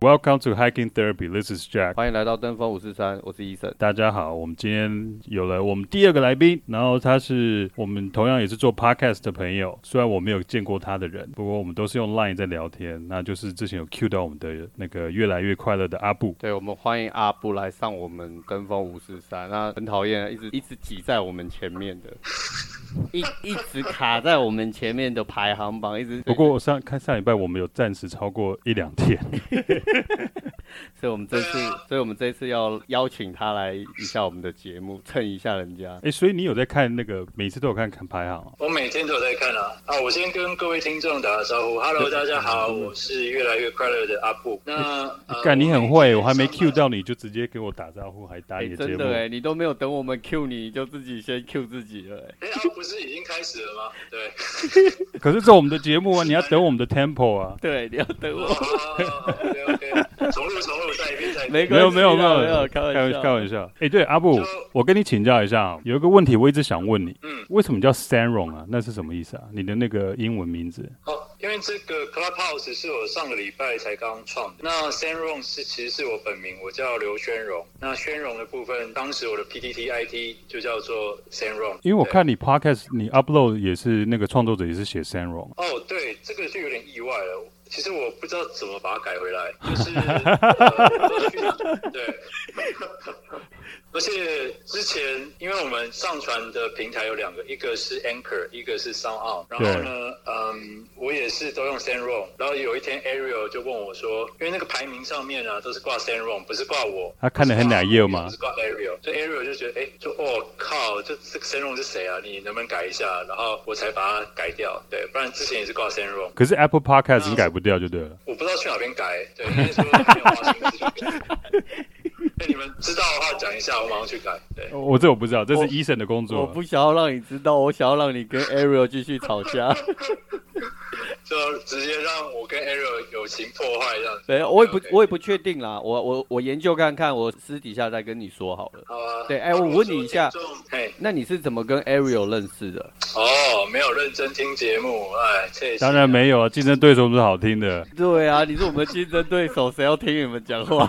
Welcome to Hiking Therapy. This is Jack. 欢迎来到登峰五四三，我是医生。大家好，我们今天有了我们第二个来宾，然后他是我们同样也是做 podcast 的朋友，虽然我没有见过他的人，不过我们都是用 Line 在聊天，那就是之前有 cue 到我们的那个越来越快乐的阿布，对，我们欢迎阿布来上我们登峰五四三。那很讨厌，一直一直挤在我们前面的， 一一直卡在我们前面的排行榜，一直。不过上看上礼拜我们有暂时超过一两 天，所以我们这次，所以我们这次要邀请他来一下我们的节目，蹭一下人家。哎，所以你有在看那个每次都有看看排行哦、我每天都有在看啊。啊，我先跟各位听众打个招呼，Hello，大家好，我是越来越快乐的阿布。那呃干你很会，我还没 cue。每天上班到你就直接给我打招呼，还打哎、你的节真目，的哎，你都没有等我们 Q 你，你就自己先 Q 自己了哎。哎、 啊不是已经开始了吗？对。可是这我们的节目啊，你要等我们的 tempo 啊。对，你要等我。 OK OK，重录重录，再一遍再一没遍。没有没有没没有有没有开开玩玩笑开玩笑。哎，对，阿布就，我跟你请教一下啊，有一个问题我一直想问你，嗯为什么叫 Sanron 啊？那是什么意思啊？你的那个英文名字哦，因为这个 Clubhouse 是我上个礼拜才刚创的。那 San Rong 是其实是我本名，我叫刘轩荣。那轩荣的部分，当时我的 PTT IT 就叫做 San Rong。因为我对看你 podcast，你 upload 也是那个创作者也是写 Sanron，哦，对，这个就有点意外了。其实我不知道怎么把它改回来，就是、呃、对， 而且之前因为我们上传的平台有两个，一个是 Anchor，一个是 Sound On。然后呢，嗯，我也是都用 Sandron。然后有一天 Ariel 就问我说，因为那个排名上面啊都是挂 Sandron，不是挂我。他看得很奶油吗不是挂 Ariel，就 Ariel 就觉得，哎，就哦靠，这这个 Sandron 是谁啊？你能不能改一下？然后我才把它改掉。对，不然之前也是挂 Sandron。可是 Apple podcast 你改不掉就对了。我不知道去哪边改，对，因为说没有花心 思去改。那你们知道的话讲一下，我马上去改。对，我这我不知道，这是医生的工我作。不想要让你知道，我想要让你跟 Ariel 继续吵架。就直接让我跟 Ariel 友情破坏这样子。对，我也不 OK，我也不确定啦，我我我研究看看，我私底下再跟你说好了。好啊。对哎我问你一下听众，嘿，那你是怎么跟 Ariel 认识的？哦，没有认真听节目，哎，这当然没有啊，竞争对手都是好听的。对啊，你是我们竞争对手，谁要听你们讲 话？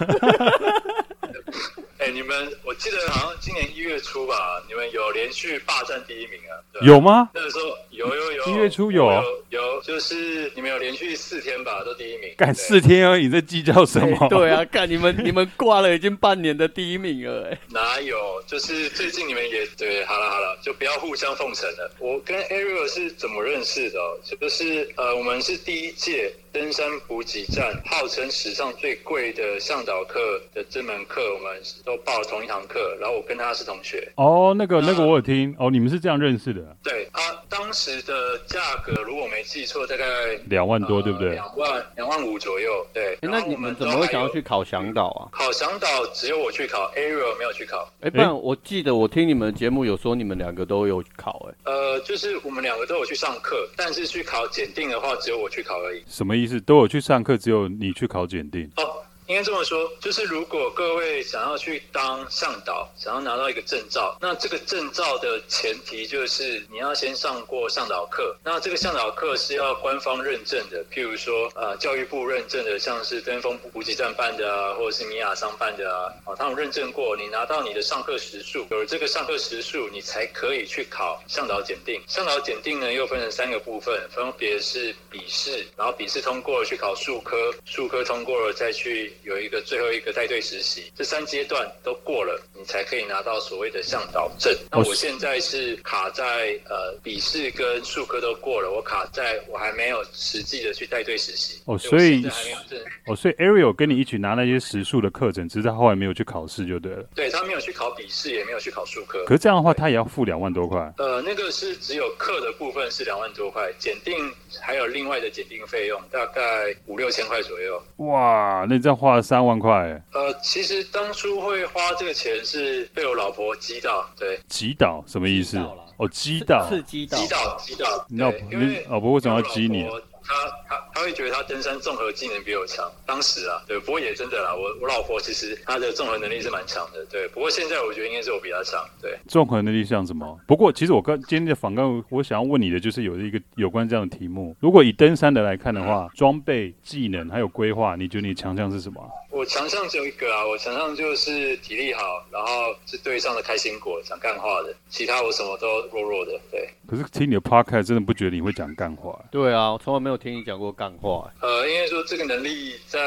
哎，你们，我记得好像今年一月初吧，你们有连续霸占第一名啊？对吧有吗？那个时候有有有，一月初有啊有有，就是你们有连续四天吧，都第一名。干对四天啊而已，你在计较什么？哎对啊，看你们你们挂了已经半年的第一名了、哎哪有？就是最近你们也对，好了好了，就不要互相奉承了。我跟 Ariel 是怎么认识的哦、就是呃，我们是第一届登山补给站，号称史上最贵的向导课的这门课，我们都报了同一堂课，然后我跟他是同学。哦，那个那个我有听哦，你们是这样认识的，对，他当时的价格如果没记错，大概两万多呃对不对？两万两万五左右。对，那然后你我们们怎都么会还想要有去考向导啊？考向导？只有我去考，Ariel 没有去考。哎、不然我记得我听你们节目有说你们两个都有考、哎，呃，就是我们两个都有去上课，但是去考检定的话，只有我去考而已。什么意思？都有去上课，只有你去考检定。哦，应该这么说，就是如果各位想要去当向导，想要拿到一个证照，那这个证照的前提就是你要先上过向导课。那这个向导课是要官方认证的，譬如说呃教育部认证的，像是登峰补给站办的啊，或者是米亚桑办的啊，哦，他们认证过，你拿到你的上课时数，有了这个上课时数，你才可以去考向导检定。向导检定呢又分成三个部分，分别是笔试，然后笔试通过了去考数科，数科通过了再去有一个最后一个带队实习，这三阶段都过了，你才可以拿到所谓的向导证。那哦我现在是卡在呃笔试跟数科都过了，我卡在我还没有实际的去带队实习。哦我所以现在还没有证。哦，所以 Ariel 跟你一起拿那些时数的课程，只是他后来没有去考试就对了。对他没有去考笔试，也没有去考数科。可是这样的话，他也要付两万多块。呃，那个是只有课的部分是两万多块，检定还有另外的检定费用，大概五六千块左右。哇，那你这样花了三万块欸，呃，其实当初会花这个钱是被我老婆激到，对，击倒什么意思击倒啦？啊哦，击倒。刺激到激到激到，你老对，婆，因你为老婆为什么要激你因为啊我老？婆她她她他会觉得他登山综合技能比我强。当时啊，对，不过也真的啦，我我老婆其实她的综合能力是蛮强的，对。不过现在我觉得应该是我比她强，对。综合能力像什么？不过其实我刚今天的访纲，我想要问你的就是有一个有关这样的题目。如果以登山的来看的话，装备、技能还有规划，你觉得你强项是什么啊？我强项只有一个啊，我强项就是体力好，然后是队上的开心果，讲干话的，其他我什么都弱弱的，对。可是听你的 podcast 真的不觉得你会讲干话、对啊，我从来没有听你讲过干话、欸呃，应该说这个能力在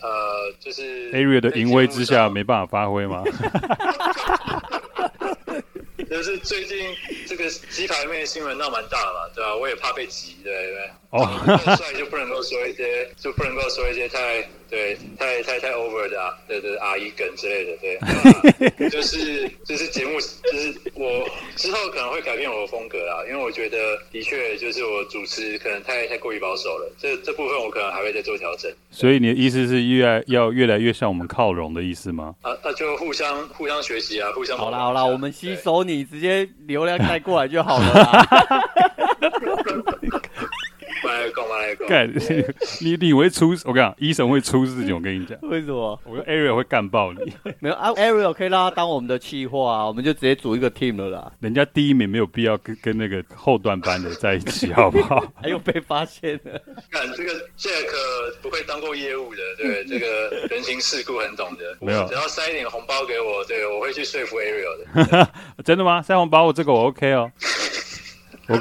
呃，就是 Area 的淫威之下没办法发挥 吗？就是最近这个鸡排妹新闻闹蛮大嘛，对吧、我也怕被挤，对对对。啊哦，太帅就不能够说一些，就不能够说一些太对太太太 over 的、啊，对对阿姨梗之类的，对。那就是就是节目，就是我之后可能会改变我的风格啦，因为我觉得的确就是我主持可能太太过于保守了，这这部分我可能还会再做调整。所以你的意思是越来要越来越向我们靠拢的意思吗？啊，那就互相互相学习啊，互相好啦磨合好啦，一下我们吸对收你，直接流量带过来就好了 啦。马来共马来共。 干，你你会出事，我跟你讲，医生会出事情，我跟你讲，为什么？我跟 Area 会干爆你。没有啊？Ariel 可以让他当我们的企划啊，我们就直接组一个 team 了 啦。人家第一名没有必要跟跟那个后段班的在一起，好不好？ 还有哎被发现 了，看这个 Jack 不会当过业务的，对这个人情世故很懂的。没有只要塞一点红包给我，对我会去说服 Ariel 的。真的吗？腮红包我这个我 OK 哦。我，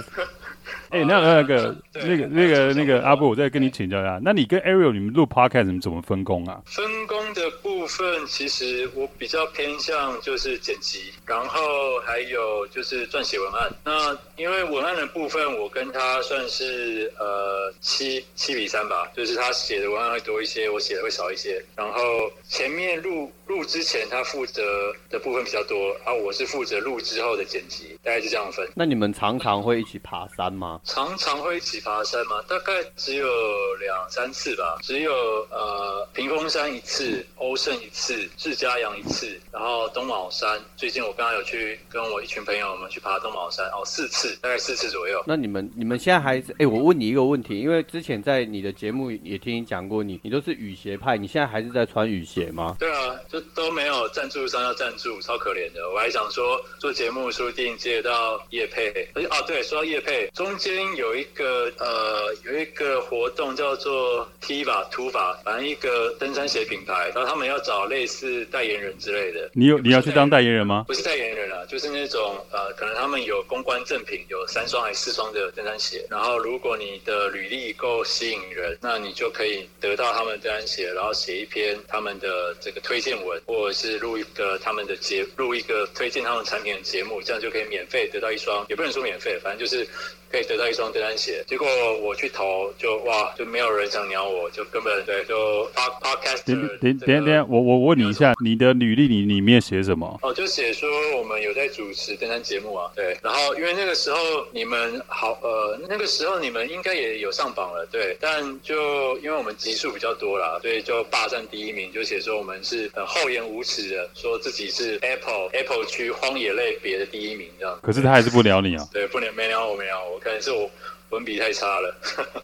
哎、那那个对那个那个那个阿布，我再跟你对请教一下，那你跟 Ariel 你们录 Podcast 你们怎么分工啊？分工的部分，其实我比较偏向就是剪辑，然后还有就是撰写文案。那因为文案的部分，我跟他算是呃七七比三吧，就是他写的文案会多一些，我写的会少一些。然后前面录录之前，他负责的部分比较多，啊，我是负责录之后的剪辑，大概是这样分。那你们常常会一起爬山吗？常常会一起爬山嘛，大概只有两三次吧，只有呃屏风山一次，欧胜一次，志嘉阳一次，然后东卯山。最近我刚刚有去跟我一群朋友我们去爬东卯山，哦，四次，大概四次左右。那你们你们现在还哎、我问你一个问题，因为之前在你的节目也听你讲过你，你都是雨鞋派，你现在还是在穿雨鞋吗？对啊，就都没有赞助商要赞助，超可怜的。我还想说做节目说不定接得到叶配，而且啊，对，说到叶配，中间有一个呃有一个活动叫做 Tiva 土法，反正一个登山鞋品牌，然后他们要找类似代言人之类的。你有你要去当代言人吗？不是代言人啦、就是那种呃，可能他们有公关赠品，有三双还是四双的登山鞋。然后如果你的履历够吸引人，那你就可以得到他们的登山鞋，然后写一篇他们的这个推荐文，或者是录一个他们的节，录一个推荐他们产品的节目，这样就可以免费得到一双，也不能说免费，反正就是。可以得到一双登山鞋，结果我去投就哇，就没有人想鸟我，就根本对，就 pod podcast 等等等等等，我我问你一下，你的履历你里面写什么？哦，就写说我们有在主持登山节目啊，对。然后因为那个时候你们好，呃，那个时候你们应该也有上榜了，对。但就因为我们集数比较多啦，所以就霸占第一名，就写说我们是很厚颜无耻的，说自己是 Apple Apple 区荒野类别的第一名这样。可是他还是不聊你啊。对，不能没聊我没聊我，可能是我文笔太差了。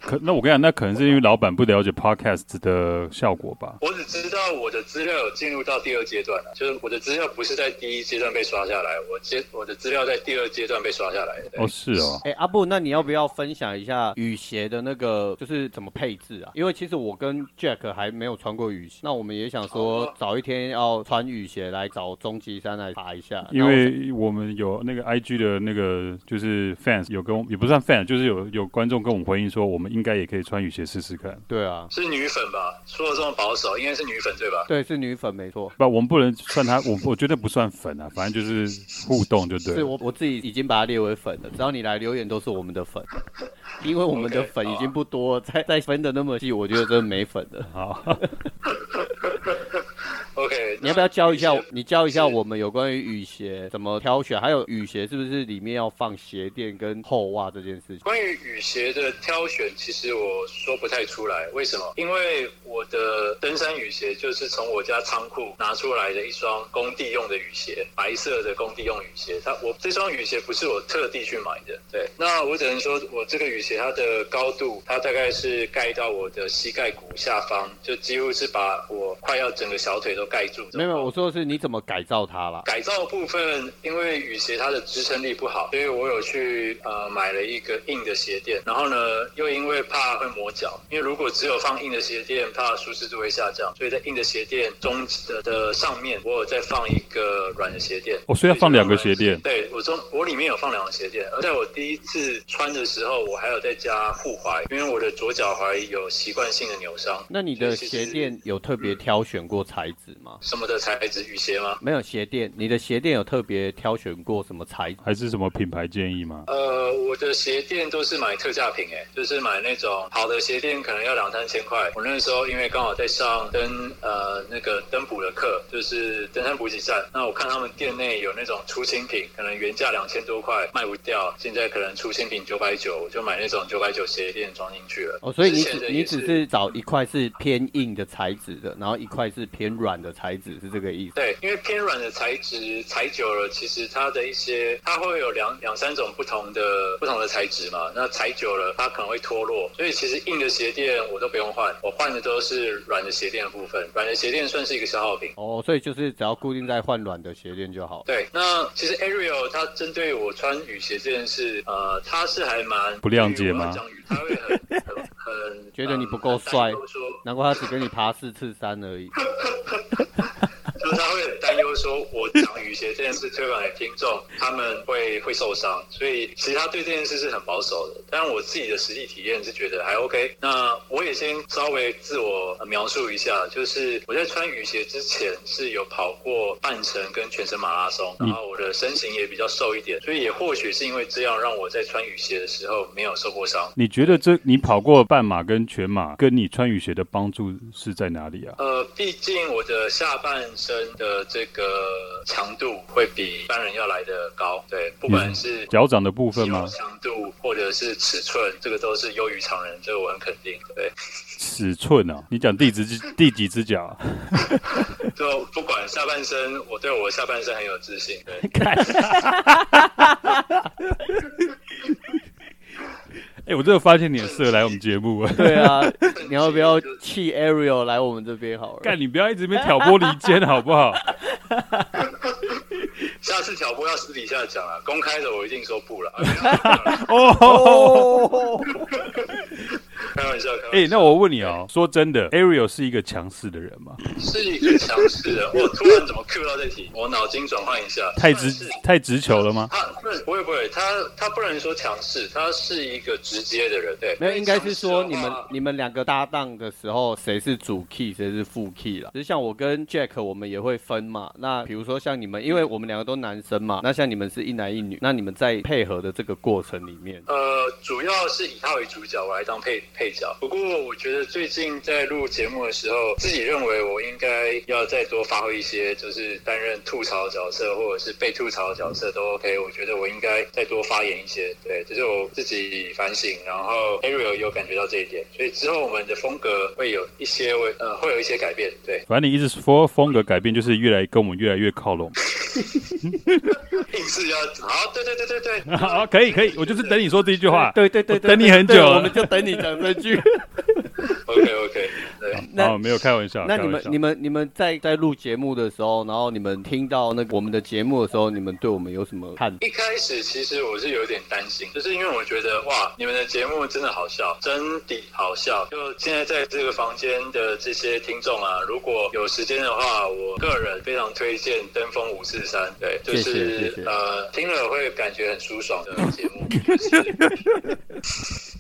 可那我跟你讲，那可能是因为老板不了解 Podcast 的效果吧。我只知道我的资料有进入到第二阶段了，就是我的资料不是在第一阶段被刷下来，我接我的资料在第二阶段被刷下来。对哦，是哦，哎、阿布，那你要不要分享一下雨鞋的那个就是怎么配置啊？因为其实我跟 Jack 还没有穿过雨鞋，那我们也想说哦早一天要穿雨鞋来找终极山来爬一下，因那我想为我们有那个 IG 的那个就是 fans 有跟我也不算 fan，就是有有观众跟我们回应说，我们应该也可以穿雨鞋试试看。对啊，是女粉吧？说的这么保守，应该是女粉对吧？对，是女粉没错。不，我们不能算他，我我觉得不算粉啊，反正就是互动就对是了。我我自己已经把它列为粉了，只要你来留言都是我们的 粉，因为我们的 OK，粉已好啊经不多，再再分的那么细，我觉得真的没粉了。好， OK，你要不要教一下那语你教一下是我们有关于雨鞋怎么挑选，还有雨鞋是不是里面要放鞋垫跟厚袜这件事情？关于雨鞋的挑选，其实我说不太出来，为什么？因为我的登山雨鞋就是从我家仓库拿出来的一双工地用的雨鞋，白色的工地用雨鞋。它我这双雨鞋不是我特地去买的，对。那我只能说，我这个雨鞋它的高度，它大概是盖到我的膝盖骨下方，就几乎是把我快要整个小腿都盖住。没有，没有我说的是你怎么改造它啦。改造部分，因为雨鞋它的支撑力不好，所以我有去呃买了一个硬的鞋垫。然后呢，又因为怕会磨脚，因为如果只有放硬的鞋垫，怕舒适度会下降，所以在硬的鞋垫中的的上面，我有再放一个软的鞋垫。哦所以要放两个鞋垫对我中我里面有放两个鞋垫，而在我第一次穿的时候，我还有再加护踝，因为我的左脚踝有习惯性的扭伤。那你的鞋垫有特别挑选过材质吗？什么的材质雨鞋吗？没有鞋垫，你的鞋垫有特别挑选过什么材质？ 还是什么品牌建议吗？呃，我的鞋垫都是买特价品，哎，就是买那种好的鞋垫可能要两三千块。我那时候因为刚好在上登呃那个登补的课，就是登山补给站，那我看他们店内有那种出清品，可能原价两千多块卖不掉，现在可能出清品九百九，我就买那种九百九鞋垫装进去了。哦，所以你之前的只也你只是找一块是偏硬的材质的，然后一块是偏软的材质，是这个意思？对，因为偏软的材质踩久了，其实它的一些它会有两两三种不同的不同的材质嘛。那踩久了，它可能会脱落，所以其实硬的鞋垫我都不用换，我换的都是软的鞋垫的部分。软的鞋垫算是一个消耗品。哦，所以就是只要固定在换软的鞋垫就好。对，那其实 Ariel 他针对我穿雨鞋这件事，呃，他是还蛮不谅解吗对我要讲雨他会很很 很觉得你嗯不够很担忧帅说难怪他只跟你爬四次山而已。就是他会很担忧说，我讲雨鞋这件事推广给听众，他们会会受伤，所以其实他对这件事是很保守的。但我自己的实际体验是觉得还 OK。那我也先稍微自我呃描述一下，就是我在穿雨鞋之前是有跑过半程跟全程马拉松，然后我的身形也比较瘦一点，所以也或许是因为这样，让我在穿雨鞋的时候没有受过伤。你觉得这你跑过半马跟全马，跟你穿雨鞋的帮助是在哪里啊？呃，毕竟我的下半身的这个强度会比一般人要来的高，对，不管是脚掌的部分肌肉嗯吗？强度或者是尺寸，这个都是优于常人，这个我很肯定。对，尺寸啊？你讲第几只第几只脚啊？ 就不管下半身，我对我下半身很有自信。 对，哎、我真的发现你很适合来我们节目啊！ 对啊， 你要不要气 Ariel 来我们这边好了？干，你不要一直在那边挑拨离间好不好？下次挑拨要私底下讲啊，公开的我一定说不 了。啊哦，哦，开玩笑，开玩笑。 哎、那我问你哦，说真的，Ariel 是一个强势的人吗？嗯是一个强势人，我突然怎么 Q 到这题？我脑筋转换一下，太算直是太直球了吗？他啊不是不会不会，他他不能说强势，他是一个直接的人，对。 没有，应该是说你强们势的话你们两个搭档的时候，谁是主 key，谁是副 key 啦。就是像我跟 Jack，我们也会分嘛。那比如说像你们，因为我们两个都男生嘛，那像你们是一男一女，那你们在配合的这个过程里面，呃，主要是以他为主角，我来当配配角。不过我觉得最近在录节目的时候，自己认为我应该要再多发挥一些，就是担任吐槽角色或者是被吐槽角色都 OK。我觉得我应该再多发言一些，对，这、是我自己反省。然后 Ariel 有感觉到这一点，所以之后我们的风格会有一些会呃会有一些改变，对。反正你一直说风格改变，就是越来跟我们越来越靠 拢。硬是要好，对对对对对，好，可以可以，我就是等你说这句话。对对对，啊我对等你很久对了我们就等你讲 这句。 OK OK，对，那哦，没有开玩笑。那开你玩们笑你们你们在在录节目的时候，然后你们听到那个我们的节目的时候，你们对我们有什么看法？一开始其实我是有点担心，就是因为我觉得哇，你们的节目真的好笑，真的好笑。就现在在这个房间的这些听众啊，如果有时间的话，我个人非常推荐《登峰五四三》，对，就谢谢是谢谢 呃听了会感觉很舒爽的节目。就是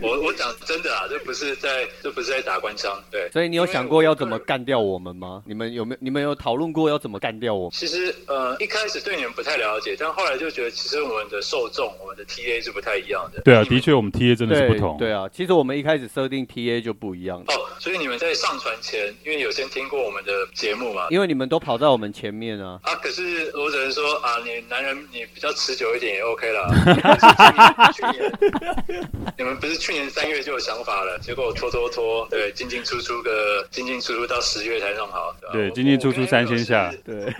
我我讲真的啊，这不是在这不是在打官腔，对。所以你有想过要怎么干掉我们吗？你们有没有你们有讨论过要怎么干掉我们？其实呃一开始对你们不太了解，但后来就觉得其实我们的受众、我们的 TA 是不太一样的。对啊，你们的确我们 TA 真的是对不同。对啊，其实我们一开始设定 TA 就不一样，哦，所以你们在上传前，因为有先听过我们的节目嘛，因为你们都跑在我们前面啊。啊，可是我只能说啊，你男人你比较持久一点也 OK 啦。但是今年去年你们不是去年三月就有想法了，结果拖拖拖，对，进进出出个进进出出到十月才弄好。吧对我进进出出三千下哦对，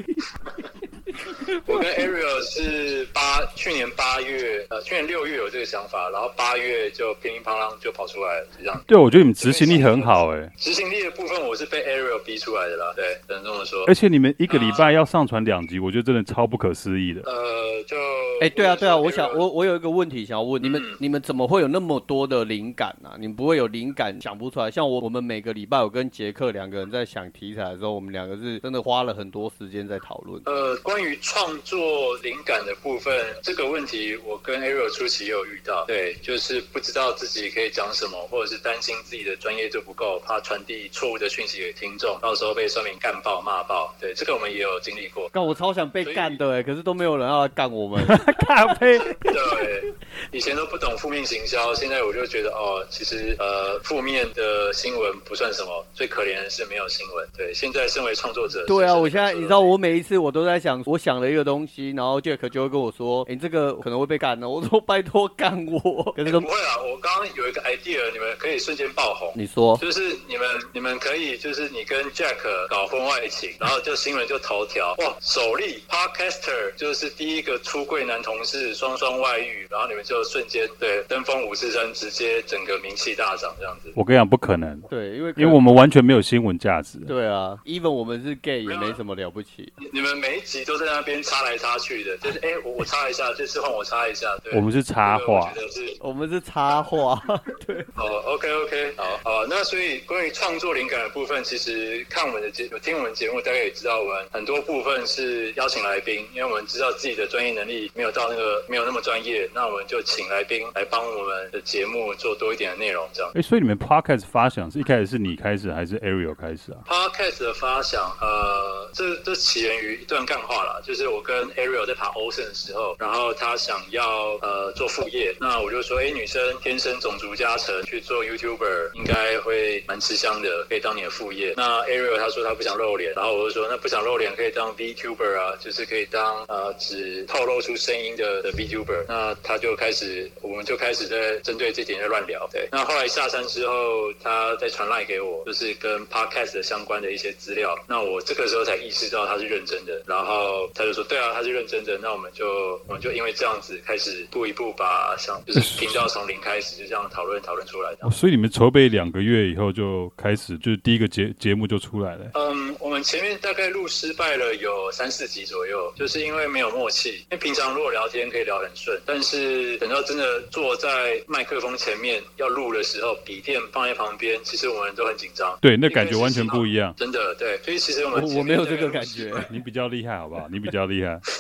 我跟 Ariel 是八去年八月，呃，去年六月有这个想法，然后八月就乒乒乓啷就跑出来了，这样。对，我觉得你们执行力很好哎、执行力的部分我是被 Ariel 逼出来的啦，对，只能这么说。哎而且你们一个礼拜要上传两集，我觉得真的超不可思 议的。呃，就哎，对啊，对啊，我是想 Ariel- 我我有一个问题想要问你们嗯，你们怎么会有那么多的灵感呢、你们不会有灵感想不出来？像我，我们每个礼拜我跟杰克两个人在想题材的时候，我们两个是真的花了很多时间在讨论。，呃，关于创作灵感的部分这个问题，我跟 Ariel 初期也有遇到，对，就是不知道自己可以讲什么，或者是担心自己的专业度不够，怕传递错误的讯息给听众，到时候被算命干爆骂爆，对，这个我们也有经历过干，我超想被所以干的哎、可是都没有人要来干我们。咖啡，对，以前都不懂负面行销，现在我就觉得哦，其实呃，负面的新闻不算什么，最可怜的是没有新闻，对，现在身为创作者， 对啊， 是我现在你知道，我每一次我都在想，我想了一个东西，然后 Jack 就会跟我说，哎、这个可能会被干的。我说拜托干我，可是都不会啊，我刚刚有一个 idea，你们可以瞬间爆 红。你说就是你们，你们可以，就是你跟 Jack 搞婚外情，然后就新闻就头条，哇，首例 Podcaster 就是第一个出柜男同事双双外遇，然后你们就瞬间对登峰五四三，直接整个名气大涨这样子。我跟你讲不可能，对，因为可因为我们完全没有新闻价值。对啊，even 我们是 gay 也啊没什么了不起。 你你们每一集都在那边插来插去的，就是哎、我我插一下，这次换我插一下，对，我们是插话这个我觉得是我们是插画， 对，哦，OK OK，好，好，那所以关于创作灵感的部分，其实看我们的节，有听我们节目，大概也知道我们很多部分是邀请来宾，因为我们知道自己的专业能力没有到那个没有那么专业，那我们就请来宾来帮我们的节目做多一点的内容，这样。哎，所以你们 podcast 发想是一开始是你开始还是 Ariel 开始啊？ Podcast 的发想，呃，这这起源于一段干话啦，就是我跟 Ariel 在爬 Ocean 的时候，然后他想要呃做副业，那我就说，哎，女生天生种族加成去做 YouTuber 应该会蛮吃香的，可以当你的副业。那 Ariel 他说他不想露脸，然后我就说那不想露脸可以当 VTuber 啊，就是可以当呃只透露出声音的的 VTuber。那他就开始，我们就开始在针对这点在乱聊。对，那后来下山之后，他再传赖给我，就是跟 podcast 的相关的一些资料。那我这个时候才意识到他是认真的，然后他就说对啊，他是认真的。那我们就我们就因为这样子开始一步一步把想就是频道从零开始就这样讨论讨论出来的哦，。所以你们筹备两个月以后就开始，就是第一个节节目就出来了欸。嗯，我们前面大概录失败了有三四集左右，就是因为没有默契。因为平常如果聊天可以聊很顺，但是等到真的坐在麦克风前面要录的时候，笔电放在旁边，其实我们都很紧张。对，那感觉完全不一样。真的，对，所以其实我们前我面我没有这大概个录感失觉。你比较厉害，好不好？你比较厉害。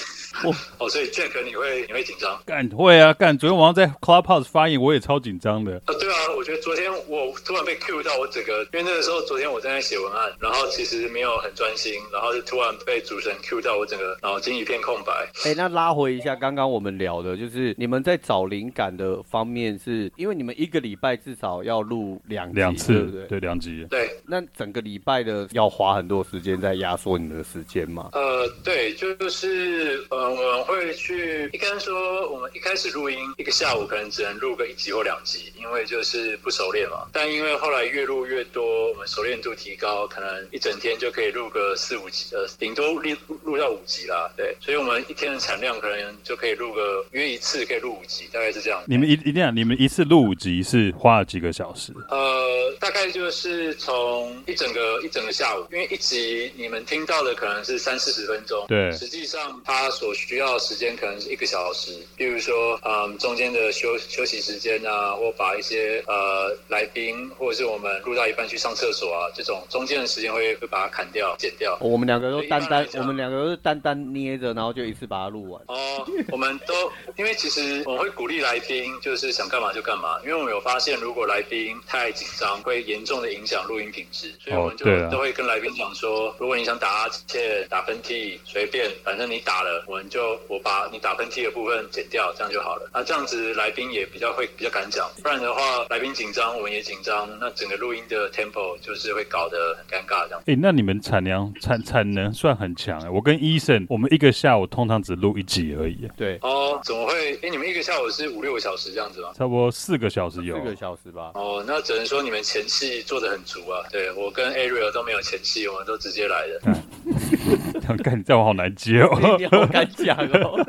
哦，所以 Jack 你会你会紧张？干会啊，干！昨天晚上在 Clubhouse 发言，我也超紧张的。啊，对啊，我觉得昨天我突然被 cue 到，我整个因为那个时候昨天我正在写文案，然后其实没有很专心，然后就突然被主持人 cue 到，我整个脑筋一片空白。哎、那拉回一下刚刚我们聊的，就是你们在找灵感的方面是，因为你们一个礼拜至少要录两集两对不对次，？对，两集。对，那整个礼拜的要花很多时间在压缩你们的时间嘛？呃，对，就是呃，我们会去，应该说我们一开始录音一个下午可能只能录个一集或两集，因为就是不熟练嘛。但因为后来越录越多，我们熟练度提高，可能一整天就可以录个四五集，呃，顶多录录到五集啦。对，所以我们一天的产量可能就可以录个约一次可以录五集，大概是这样。你们一一定要，你们一次录五集是花了几个小时？呃，大概就是从一整个一整个下午，因为一集你们听到的可能是三四十分钟，对实际上它所需要的时间可能是一个小时。比如说，嗯，中间的休休息时间啊，或把一些呃呃来宾或者是我们录到一半去上厕所啊，这种中间的时间会会把它砍掉、剪掉。我们两个都单一般来单，讲我们两个都是单单捏着，然后就一次把它录完。哦，我们都因为其实我们会鼓励来宾，就是想干嘛就干嘛，因为我们有发现，如果来宾太紧张，会严重的影响录音品质，所以我们就哦对啊都会跟来宾讲说，如果你想打哈欠、打喷嚏，随便，反正你打了，我们就我把你打喷嚏的部分剪掉，这样就好了。啊那这样子来宾也比较会比较敢讲，不然的话，来宾紧张，我们也紧张，那整个录音的 tempo 就是会搞得很尴尬这样。诶，那你们产量产产能算很强、啊诶，我跟医生，我们一个下午通常只录一集而已、诶啊对，哦，怎么会？哎，你们一个下午是五六个小时这样子吗？差不多四个小时四有。个小时 吧。哦，那只能说你们前戏做的很足啊。对我跟 Ariel 都没有前戏，我们都直接来的。嗯 看你这样我好难接哦。 你好敢讲哦！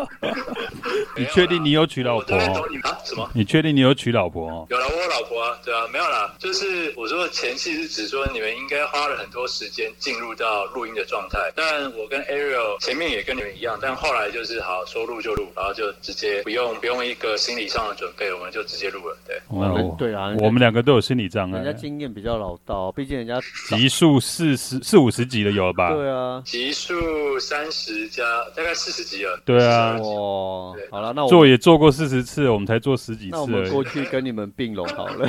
你确定你有娶老我婆都在哦、懂你啊？什么？你确定你有娶老婆哦、有了，我有老婆啊，对啊，没有啦，就是我说的前戏是指说你们应该花了很多时间进入到录音的状态，但我跟 Ariel 前面也跟你们一样，但后来就是好说录就录，然后就直接不用不用一个心理上的准备，我们就直接录了，对。哇嗯对啊人家哦我们两个都有心理障人家碍，经验比较老道，毕竟人家集数四十四五十集的有了吧？对啊，集数三十加，大概四十集了。对啊42集哇对，好了，那我做也做过四十次，我们才做十几次那我而们已过。去跟你们并拢好了。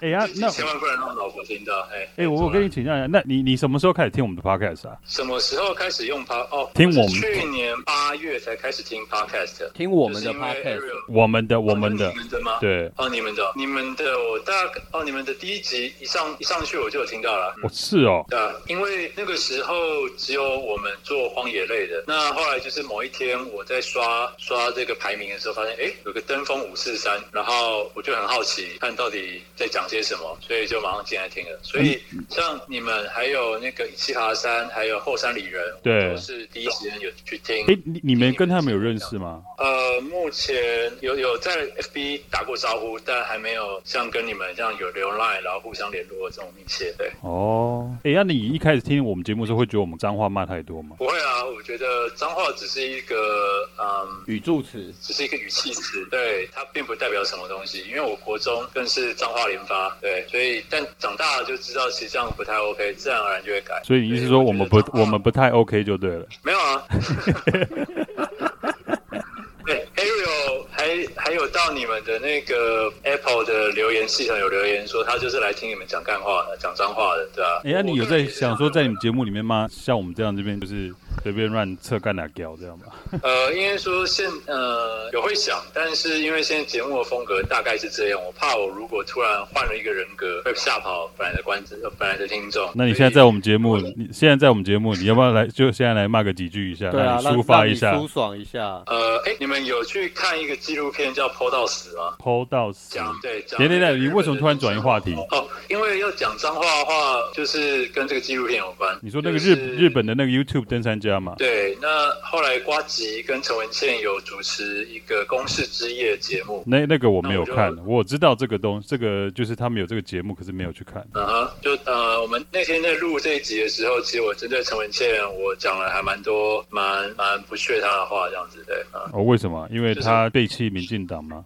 哎呀，那千万不能让老婆听到，哎、哎，我我跟你请教一下，那你你什么时候开始听我们的 podcast 啊？什么时候开始用 pod？哦，听我们是去年八月才开始听 podcast，听我们的就是因为 podcast， Ariel- 我们的我们哦的你，们的吗？。对，哦，你们的，你们的，我大概哦，你们的第一集一上一上去我就有听到了。哦是哦，对啊，因为那个时候只有我们做荒野类的。那后来就是某一天我在刷刷这个排名的时候，发现诶有个登峰五四三，然后我就很好奇，看到底在讲些什么，所以就马上进来听了。所以像你们还有那个七爬山，还有后山里人，对我都是第一时间有去听。哎，你你们跟他们有认识吗？呃，目前有有在 FB 打过招呼，但还没有像跟你们这样有流 line，然后互相联络这种密切。对，哦，哎，那你一开始听我们节目的时候，会觉得我们脏话骂太多吗？不会啊，我觉得脏话只是一个嗯。语助词，只是一个语气词， 对它并不代表什么东西。因为我国中更是脏话连发，对，所以但长大了就知道其实这样不太 OK，自然而然就会改。所以你意思说我们不对我们不太 OK 就对了。没有 啊。对，Ariel 还还有到你们的那个 Apple 的留言系统有留言说他就是来听你们讲干话的、讲脏话的，对吧、啊？哎、那你有在想说，在你们节目里面吗？像我们这样这边就是随便乱测干哪屌这样吗？呃，应该说现呃有会想，但是因为现在节目的风格大概是这样，我怕我如果突然换了一个人格，会吓跑本来的观众、呃本来的听众。那你所现在以在我们节目，你现在在我们节目，你要不要来就现在来骂个几句一下，对啊，让让你抒发让一你下舒？爽一下。呃，哎，你们有去看一个纪录片叫《剖到死》吗？剖到死！讲对，讲嗯等等那个等，你为什么突然转移话题？哦，因为要讲脏话的话，就是跟这个纪录片有关。你说那个就是日日本的那个 YouTube 登山家嘛？对，那后来瓜吉跟陈文茜有主持一个公示之夜节目，那那个我没有那看我，就我知道这个东，这个就是他们有这个节目，可是没有去看。嗯哼，就呃，我们那天在录这一集的时候，其实我针对陈文茜，啊我讲了还蛮多蛮蛮不屑她的话，这样子对啊、哦，为什么？因为他背弃民进党吗？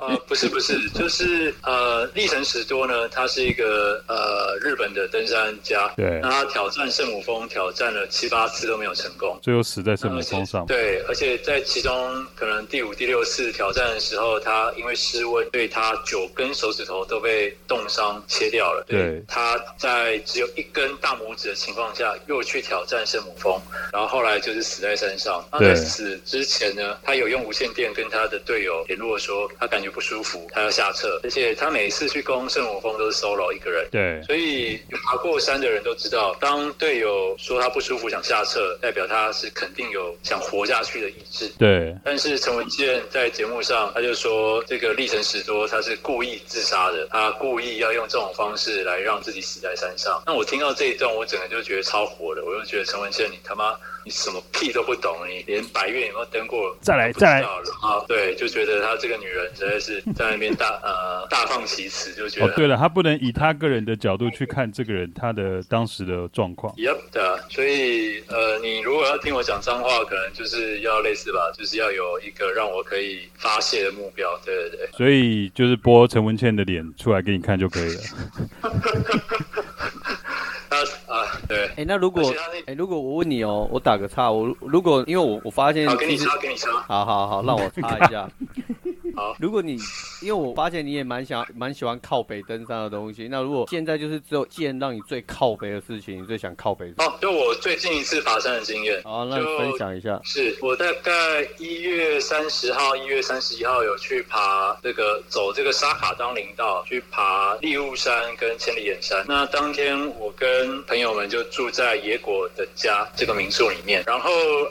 呃，不是不是，就是呃，立成史多呢，他是一个呃日本的登山家，对那他挑战圣母峰挑战了七八次都没有成功，最后死在圣母峰上。对，而且在其中可能第五、第六次挑战的时候，他因为失温，所以他九根手指头都被冻伤切掉了。对所以他在只有一根大拇指的情况下，又去挑战圣母峰，然后后来就是死在山上。那对在死之前呢，他有用无线电跟他的队友联络说，他感觉不舒服，他要下撤，而且他每次去攻圣母峰都是 solo 一个人。对，所以有爬过山的人都知道，当队友说他不舒服想下撤，代表他是肯定有想活下去的意志。对，但是陈文健在节目上，他就说这个历程史多他是故意自杀的，他故意要用这种方式来让自己死在山上。那我听到这一段，我整个就觉得超火的，我就觉得陈文健你他妈你什么屁都不懂，你连白月有没有登过再来都不知道再来啊？对，就觉得她这个女人实在是在那边大呃大放其词，就觉哦得，对了，他不能以他个人的角度去看这个人他的当时的状况。 Yep 啊的，所以呃，你如果要要听我讲脏话，可能就是要类似吧，就是要有一个让我可以发泄的目标。对对对，所以就是播陈文茜的脸出来给你看就可以了。 那啊，对，哎、那如果而且他那哎、如果我问你哦，我打个岔，我如果因为我我发现好，给你嗯其实插，给你插。。好好好，让我插一下 好，如果你因为我发现你也蛮想蛮喜欢靠北登山的东西，那如果现在就是只有一件让你最靠北的事情，你最想靠北是什么？哦，就我最近一次爬山的经验。好，那你就分享一下。是我大概一月三十号、一月三十一号有去爬这个走这个沙卡当林道，去爬利雾山跟千里眼山。那当天我跟朋友们就住在野果的家这个民宿里面，然后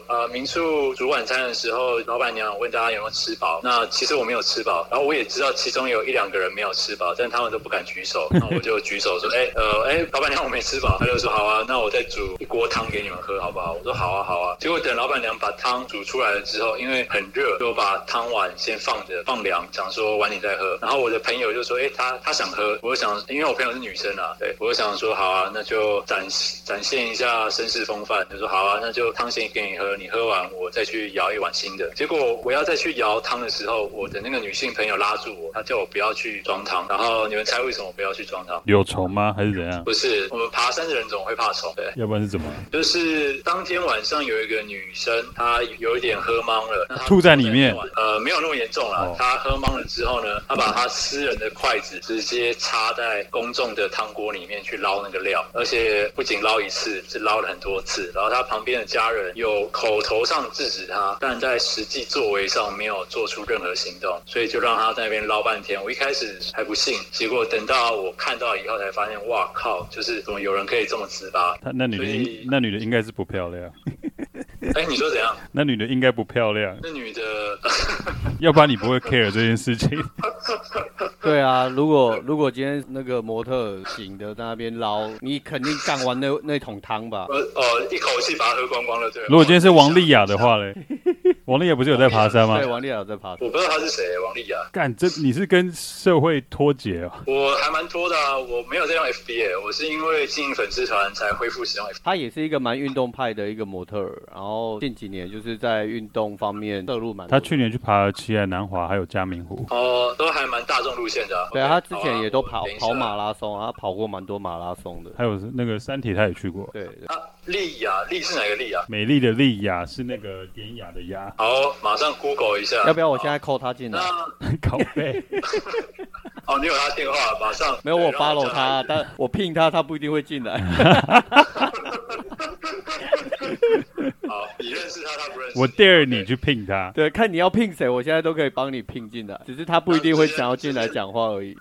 呃民宿煮晚餐的时候，老板娘问大家有没有吃饱，那其实我没有吃饱，然后我也知道其中有一两个人没有吃饱，但他们都不敢举手，那我就举手说，哎、呃哎、老板娘我没吃饱，他就说好啊，那我再煮一锅汤给你们喝好不好？我说好啊好啊，结果等老板娘把汤煮出来了之后，因为很热，就把汤碗先放着放凉，想说晚点再喝。然后我的朋友就说，哎、他他想喝，我就想，因为我朋友是女生啊，对，我就想说好啊，那就展示展现一下绅士风范，就说好啊，那就汤先给你喝，你喝完我再去舀一碗新的。结果我要再去舀汤的时候，我的那个女性朋友拉住我，她叫我不要去装汤，然后你们猜为什么我不要去装汤？有虫吗？还是怎样？不是，我们爬山的人总会怕虫，对。要不然是怎么？就是当天晚上有一个女生，她有一点喝懵了，那她吐在里面呃，没有那么严重啦哦。她喝懵了之后呢，她把她私人的筷子直接插在公众的汤锅里面去捞那个料，而且不仅捞一次，是捞了很多次。然后她旁边的家人有口头上制止她，但在实际作为上没有做出任何行动，所以就让她在那边捞半天。我一开始还不信，结果等到我看到以后才发现，哇靠，就是怎么有人可以这么直白？她那女的所以应那女的应该是不漂亮，哎，你说怎样？那女的应该不漂亮，那女的， 要不然你不会 care 这件事情。 对啊，如果如果今天那个模特儿醒的在那边捞，你肯定干完那那桶汤吧？我哦，一口气把它喝光光了，对。如果今天是王丽雅的话嘞，王丽雅不是有在爬山吗对，？王丽雅在爬山。我不知道她是谁，王丽雅，干，这你是跟社会脱节哦。我还蛮多的啊，我没有在用 FB，耶、我是因为经营粉丝团才恢复使用 FB。她也是一个蛮运动派的一个模特儿，然后近几年就是在运动方面摄入蛮多她的。去年去爬了奇海南华，还有嘉明湖。哦，都还蛮大众路线的、啊。对啊， OK，他之前也都跑好啊我等一下跑马拉松啊，他跑过蛮多马拉松的。还有那个山体，他也去过。对，对啊，丽雅，丽是哪个丽啊？美丽的丽雅是那个典雅的雅， 好，马上 Google 一下。要不要我现在扣他进来？那靠背。哦，你有她电话，马上。没有，对我让叫 follow 他，一下但我聘他，他不一定会进来。 好，你认识她，她不认识你。我 dare 你 OK 去聘他。对，看你要聘谁，我现在都可以帮你聘进来，只是他不一定会想要进来讲话而已。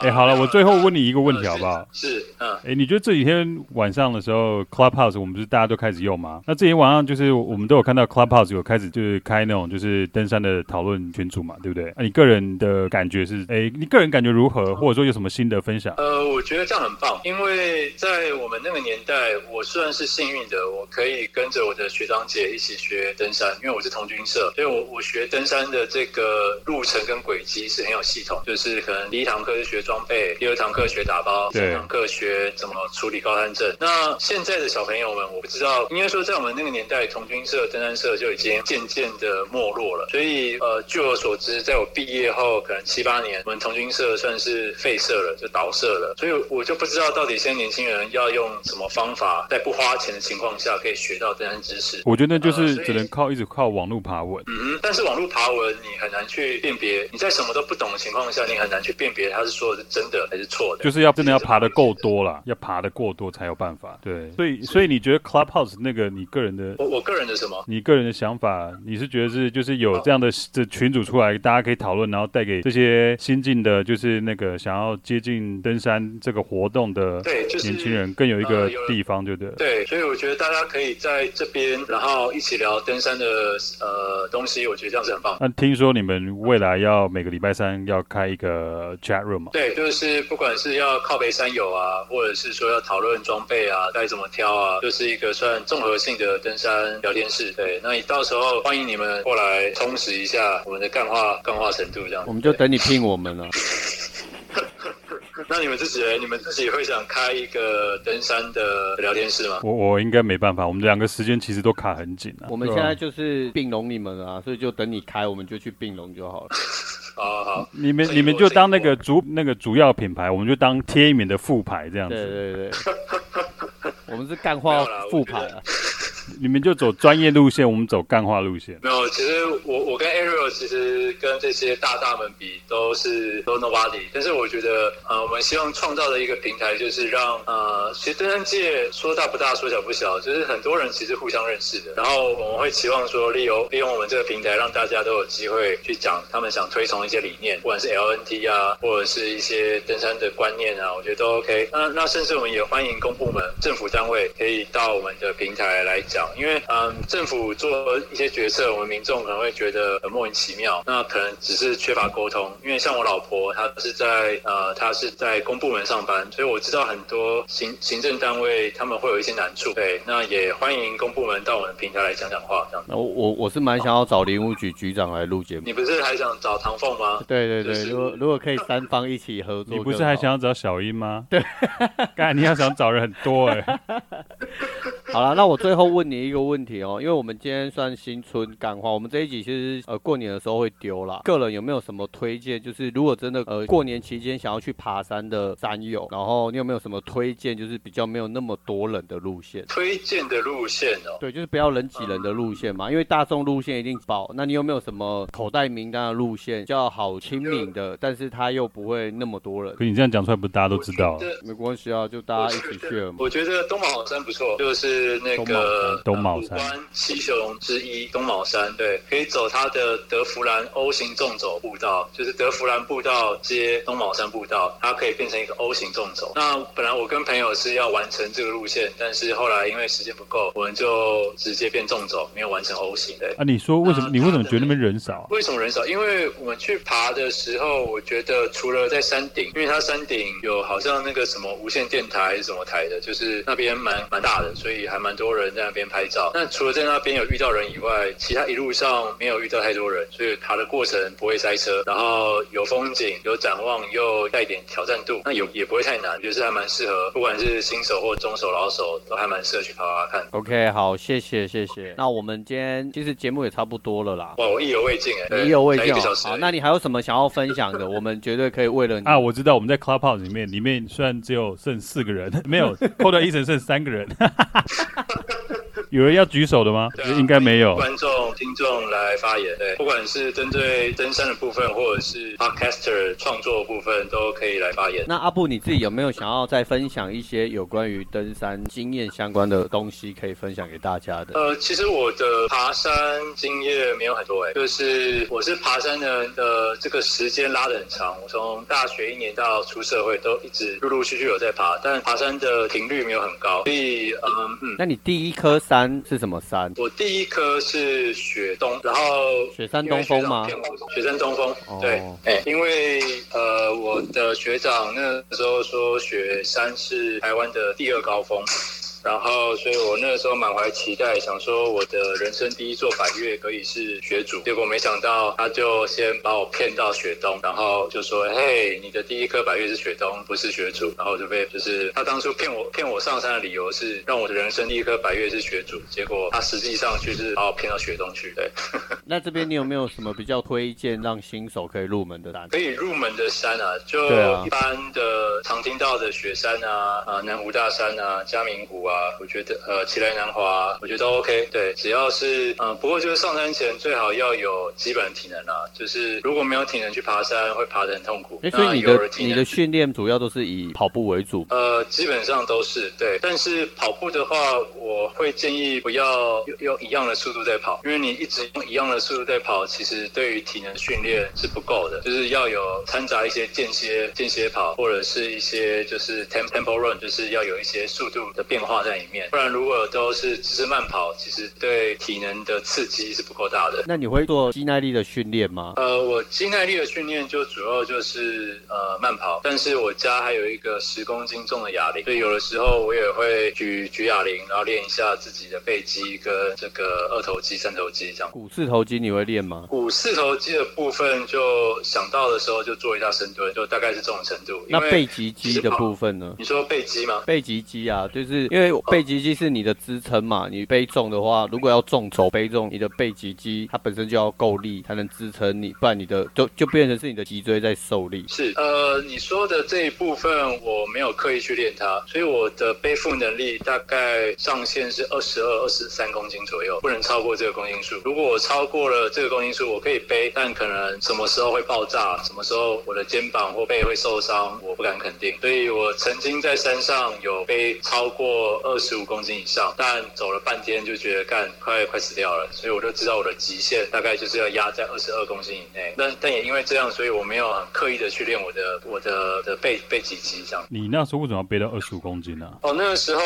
哎，好了，我最后问你一个问题好不好？呃是，嗯，哎，你觉得这几天晚上的时候，Clubhouse 我们不是大家都开始用吗？那这几天晚上就是我们都有看到 Clubhouse 有开始就是开那种就是登山的讨论群组嘛，对不对？啊那你个人的感觉是，哎，你个人感觉如何？或者说有什么心得分享？呃，我觉得这样很棒，因为在我们那个年代，我虽然是幸运的，我可以跟着我的学长姐一起学登山，因为我是童军社，所以我我学登山的这个路程跟轨迹是很有系统，就是可能第一堂课是学装备，第二堂课学打包，第对三堂课学怎么处理高山症。那现在的小朋友们，我不知道，应该说在我们那个年代，童军社、登山社就已经渐渐的没落了，所以呃，据我所知，在我毕业后可能七八年，我们童军社算是废社了，就倒社了。所以我就不知道到底现在年轻人要用什么方法，在不花钱的情况下可以学到登山知识。我觉得就呃是所以只能靠一直靠网络爬文。嗯哼，但是网络爬文你很难去辨别，你在什么都不懂的情况下，你很难去辨别他是说的是真的还是错的。就是要真的要爬得够多啦，要爬得过多才有办法。对，所以所以你觉得 Clubhouse 那个你个人的我我个人的什么？你个人的想法，你是觉得是就是有这样的这群组出来，大家可以讨论，然后带给这些新进的，就是那个想要接近登山这个活动的对就是年轻人，更有一个呃有地方，对不对？对，所以我觉得大家可以在这边，然后一起聊登山的呃东西，我觉得这样子很棒。那听说你们未来要每个礼拜三要开一个 chat room 啊嘛？对，就是不管是要靠北山友啊，或者是说要讨论装备啊，该怎么挑啊，就是一个算综合性的登山聊天室。对，那你到时候欢迎你们过来充实一下我们的干化干化程度，这样啊子。我们就等你聘我们了。那你们自己人，你们自己会想开一个登山的聊天室吗？我我应该没办法，我们两个时间其实都卡很紧啊我。们对现啊在就是并拢你们啊，所以就等你开，我们就去并拢就好了。好好好，你们所以你们我就这当个那个主那个主要品牌，我们就当贴面的副牌这样对子。对对，我们是干话没有啦我复觉牌得啊。你们就走专业路线，我们走干化路线。没有，其实我我跟 Ariel 其实跟这些大大们比都是都 nobody，但是我觉得呃，我们希望创造的一个平台就是让呃，其实登山界说大不大，说小不小，就是很多人其实互相认识的。然后我们会期望说，利用利用我们这个平台，让大家都有机会去讲他们想推崇一些理念，不管是 LNT 啊，或者是一些登山的观念啊，我觉得都 OK。那那甚至我们也欢迎公部门、政府单位可以到我们的平台来讲，因为嗯，政府做一些决策，我们民众可能会觉得很莫名其妙，那可能只是缺乏沟通。因为像我老婆，她是在呃，她是在公部门上班，所以我知道很多行行政单位他们会有一些难处。对，那也欢迎公部门到我们平台来讲讲话，这样。那我我我是蛮想要找林务局局长来录节目。你不是还想找唐凤吗？对对就对，是如果如果可以三方一起合作，你不是还想？要找小英 吗？对， 干你要想找人很多哎、好了，那我最后问你一个问题哦，因为我们今天算新春感化，我们这一集其实呃过年的时候会丢啦。个人有没有什么推荐？就是如果真的呃过年期间想要去爬山的山友，然后你有没有什么推荐？就是比较没有那么多人的路线？推荐的路线哦，对，就是不要人挤人的路线嘛，因为大众路线一定爆。那你有没有什么口袋名单的路线，比较好亲民的，但是它又不会那么多人？可你这样讲出来，不是大家都知道我觉？得没关系啊，就大家一起去 嘛。我觉得东卯山不错，就是那个东卯山呃五关七雄之一东卯山，对，可以走它的德芙兰 O 型纵走步道，就是德芙兰步道接东卯山步道，它可以变成一个 O 型纵走。那本来我跟朋友是要完成这个路线，但是后来因为时间不够，我们就直接变纵走，没有完成 O 型。对，啊，你说为什么？嗯你为什么觉得那边人少啊、为什么人少？因为我们去爬的时候，我觉得除了在山顶，因为它山顶有好像那个什么无线电台还是什么台的，就是那边蛮蛮大的，所以还蛮多人在那边拍照。那除了在那边有遇到人以外，其他一路上没有遇到太多人，所以爬的过程不会塞车，然后有风景、有展望，又带一点挑战度，那有也不会太难，就是还蛮适合，不管是新手或中手、老手，都还蛮适合去爬爬看。 OK，好，谢谢谢谢。那我们今天其实节目也差不多了啦，哇，我意犹未尽哎，意犹未才尽哦一个小。时而啊好，已。那你还有什么想要分享的？我们绝对可以为了你。啊我知道我们在 Clubhouse 里面，里面虽然只有剩四个人，没 有扣掉一层剩三个人。 有人要举手的吗？对啊应该没有。观众、听众来发言，对，不管是针对登山的部分，或者是 podcaster 创作的部分，都可以来发言。那阿布你自己有没有想要再分享一些有关于登山经验相关的东西可以分享给大家的？呃，其实我的爬山经验没有很多诶、欸就是我是爬山的呃这个时间拉得很长，我从大学一年到出社会都一直陆陆续续有在爬，但爬山的频率没有很高，所以嗯嗯，那你第一颗山是什么山？我第一颗是雪冬，然后雪山东风吗？雪山东风，对哦，哎、因为呃，我的学长那时候说雪山是台湾的第二高峰，然后所以我那时候满怀期待，想说我的人生第一座百越可以是雪主，结果没想到他就先把我骗到雪冬，然后就说，嘿，你的第一颗百越是雪冬，不是雪主，然后我就被就是他当初骗我骗我上山的理由是让我的人生第一颗百越是雪主，结果他实际上就是把我骗到雪冬去，对。那这边你有没有什么比较推荐让新手可以入门的山？可以入门的山啊，就对啊一般的常听到的雪山啊、啊南湖大山啊、嘉明湖啊，我觉得呃奇来南华、啊，我觉得都 OK。对，只要是嗯、呃不过就是上山前最好要有基本体能啊，就是如果没有体能去爬山，会爬得很痛苦。哎、所那以你啊有了的体你能的训练主要都是以跑步为主。呃，基本上都是对，但是跑步的话，我会建议不要用用一样的速度在跑，因为你一直用一样的速度在跑，其实对于体能训练是不够的，就是要有掺杂一些间歇间歇跑，或者是一些就是 tempo tempo run，就是要有一些速度的变化在里面。不然如果都是只是慢跑，其实对体能的刺激是不够大的。那你会做肌耐力的训练吗？呃，我肌耐力的训练就主要就是呃慢跑，但是我家还有一个十公斤重的哑铃，所以有的时候我也会举举哑铃，然后练一下自己的背肌跟这个二头肌、三头肌这样。股四头肌你会练吗？股四头肌的部分就想到的时候就做一下深蹲，就大概是这种程度。因那为背棘肌的部分呢？你说背肌吗？背脊肌啊，就是因为背脊肌是你的支撑嘛，你背重的话，如果要重手背重，你的背脊肌它本身就要够力，才能支撑你，不然你的就就变成是你的脊椎在受力。是，呃，你说的这一部分我没有刻意去练它，所以我的背负能力大概上限是二十二、二十三公斤左右，不能超过这个公斤数。如果我超过了这个公斤数，我可以背，但可能什么时候会爆炸，什么时候我的肩膀或背会受伤，我不敢肯定。所以我曾经在山上有背超过二十五公斤以上，但走了半天就觉得干快快死掉了，所以我就知道我的极限大概就是要压在二十二公斤以内。但但也因为这样，所以我没有很刻意的去练我的我的的背背脊肌这样。你那时候为什么要背到二十五公斤呢、啊哦，那个时候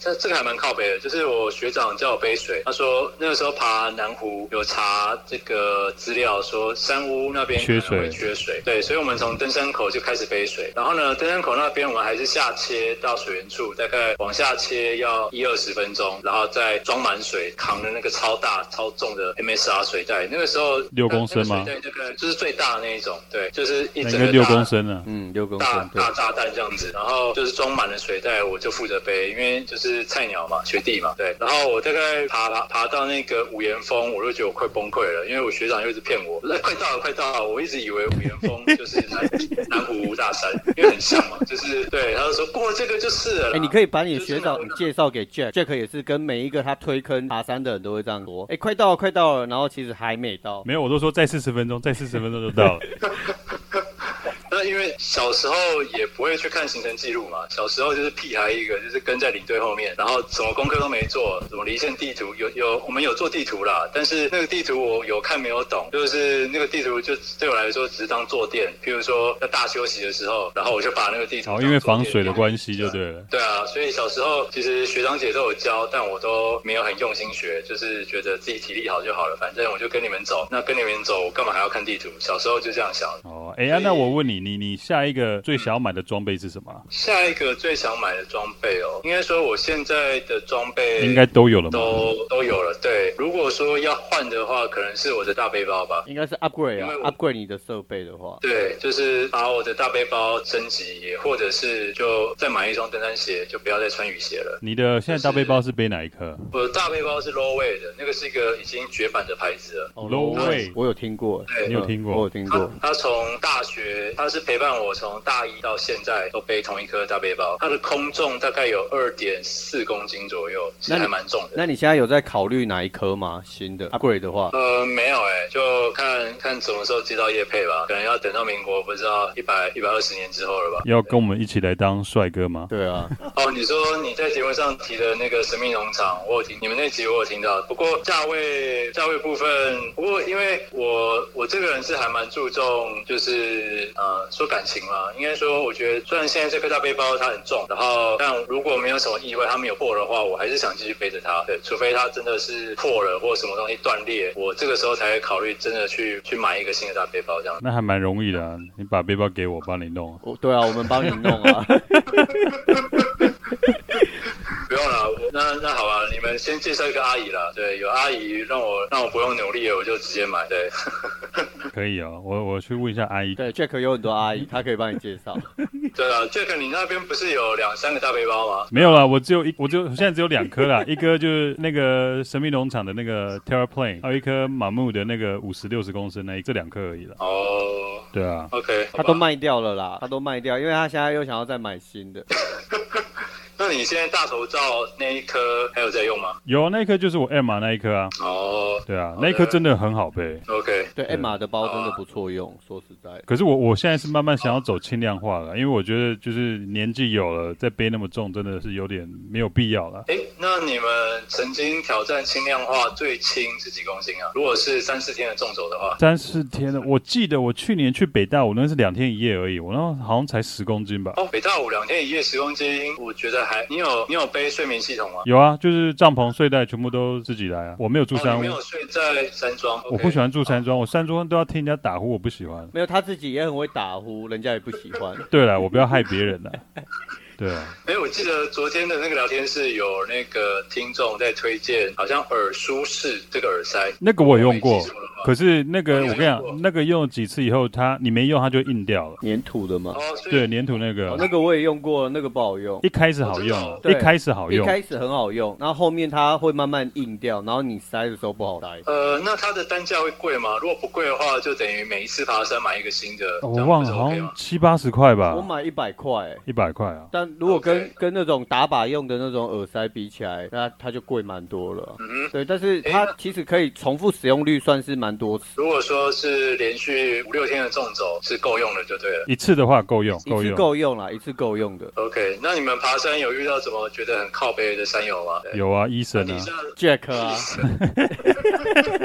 这这个还蛮靠北的，就是我学长叫我背水，他说那个时候爬南湖有查这个资料，说山屋那边缺可能水会缺水，对，所以我们从登山口就开始背水，然后呢，登山口那边我们还是下切到水源处，大概往下切要一二十分钟，然后再装满水，扛着那个超大超重的 MSR 水袋，那个时候呃六公升吗对，那个就是最大的那一种，对，就是一那整应个该六大公升啊。嗯，六公大升，对大，炸弹这样子，然后就是装满了水袋，我就负责背，因为就是菜鸟嘛，学弟嘛，对。然后我大概爬爬爬到那个五岩峰，我就觉得我快崩溃了，因为我学长又一直骗我， 那快到了，快到了，我一直以为五岩峰就是南 南湖大山，因为很像嘛，就是对，他就说过了这个就是了啦。哎、你可以把你就是学长我介绍给 Jack，Jack 也是跟每一个他推坑爬山的人都会这样说，哎、快到了，快到了，然后其实还没到，没有，我都说再四十分钟，再四十分钟就 到了。那因为小时候也不会去看行程记录嘛，小时候就是屁孩一个，就是跟在领队后面，然后什么功课都没做，什么离线地图有有我们有做地图啦，但是那个地图我有看没有懂，就是那个地图就对我来说只是当坐垫，譬如说要大休息的时候，然后我就把那个地图然当坐后哦垫，因为防水的关系就对了。啊对啊，所以小时候其实学长姐都有教，但我都没有很用心学，就是觉得自己体力好就好了，反正我就跟你们走，那跟你们走我干嘛还要看地图？小时候就这样想。哦，哎呀、啊那我问你，你你下一个最想要买的装备是什么啊？下一个最想买的装备哦，应该说我现在的装备应该都有了吧？都都有了。对，如果说要换的话，可能是我的大背包吧。应该是 upgrade 因啊为我，upgrade 你的设备的话，对，就是把我的大背包升级，也或者是就再买一双登山鞋，就不要再穿雨鞋了。你的现在大背包是背哪一颗？我的大背包是 Low Way 的，那个是一个已经绝版的牌子了。哦 Low weight 我有听过，嗯对你有听过我有听他过。他从大学，他是陪伴我从大一到现在都背同一颗大背包，它的空重大概有二点四公斤左右，其实那你还蛮重的。那你现在有在考虑哪一科吗？新啊的 upgrade 的话，呃，没有哎、就看看什么时候接到叶配吧，可能要等到民国不知道一百一百二十年之后了吧。要跟我们一起来当帅哥吗？对啊， 哦，你说你在节目上提的那个神秘农场，我有听，你们那集我有听到。不过价位价位部分，不过因为我我这个人是还蛮注重，就是呃说感情嘛，应该说我觉得虽然现在这颗大背包它很重，然后但如果没有什么意外，它没有破的话，我还是想继续背着它。对，除非它真的是破了或什么东西断裂，我这个时候才会考虑真的去去买一个新的大背包这样。那还蛮容易的、啊，你把背包给我，帮你弄。我对啊，我们帮你 弄啊。不用了，我那那好吧，你们先介绍一个阿姨啦。对，有阿姨让我让我不用努力了，我就直接买。对，可以哦，我我去问一下阿姨。对，Jack 有很多阿姨，她可以帮你介绍。对了，Jack，你那边不是有两三个大背包吗？没有啦，我只有一，我就现在只有两颗 啦，一颗就是那个神秘农场的那个 Terra Plane，还有一颗马木的那个五十六十公升那一这两颗而已了。哦、对啊， o k 她都。卖掉了啦，她都卖掉，因为她现在又想要再买新的。那你现在大头照那一颗还有在用吗？有啊那一颗就是我 M 码那一颗啊。哦、对啊，好的那一颗真的很好背。 o k 对艾玛的包真的不错用，说实在的，可是我我现在是慢慢想要走轻量化了，因为我觉得就是年纪有了，再背那么重真的是有点没有必要了。哎，那你们曾经挑战轻量化最轻是几公斤啊？如果是三四天的纵走的话，三四天的，我记得我去年去北大，我那是两天一夜而已，我那好像才十公斤吧。哦，北大五两天一夜十公斤，我觉得还你有你有背睡眠系统吗？有啊，就是帐篷、睡袋全部都自己来啊，我没有住哦山你屋没，有哦睡在山庄，我不喜欢住山庄，我山庄都要听人家打呼，我不喜欢。没有他自己也很会打呼，人家也不喜欢。对了，我不要害别 人了。对啊，哎，我记得昨天的那个聊天室有那个听众在推荐，好像耳舒适这个耳塞，那个我也用过没记错的话，可是那个哦你我有跟你讲用过，那个用了几次以后，它你没用它就硬掉了。粘土的嘛，哦，所以对，粘土那哦个那个我也用过，那个不好用一。开始哦好真的哦用，一对开始好一用，开始很好用，然后后面它会慢慢硬掉，然后你塞的时候不好塞。呃，那它的单价会贵吗？如果不贵的话，就等于每一次爬山买一个新的，哦这我样忘不了，是好 OK 吗像？七八十块吧我，买一百块、欸一百块啊。但如果跟 OK 跟那种打靶用的那种耳塞比起来，那它就贵蛮多了。嗯哼，对，但是诶它那其实可以重复使用率算是蛮多次，如果说是连续五六天的纵走是够用的就对了。一次的话够用，一够次用，够用啦，一次够用的。 OK，那你们爬山有遇到什么觉得很靠背的山友吗？对有啊，医那生你啊是， Jack 啊，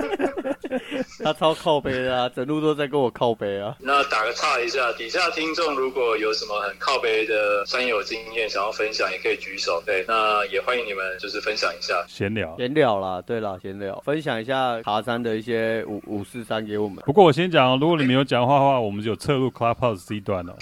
他超靠背的啊，整路都在跟我靠背啊。那打个岔一下，底下听众如果有什么很靠背的山友经验想要分享，也可以举手。对，那也欢迎你们就是分享一下。闲聊。闲聊啦，对啦，闲聊，分享一下爬山的一些五五四三给我们。不过我先讲哦，如果你们有讲话的话，我们有侧录 Clubhouse 这一段哦。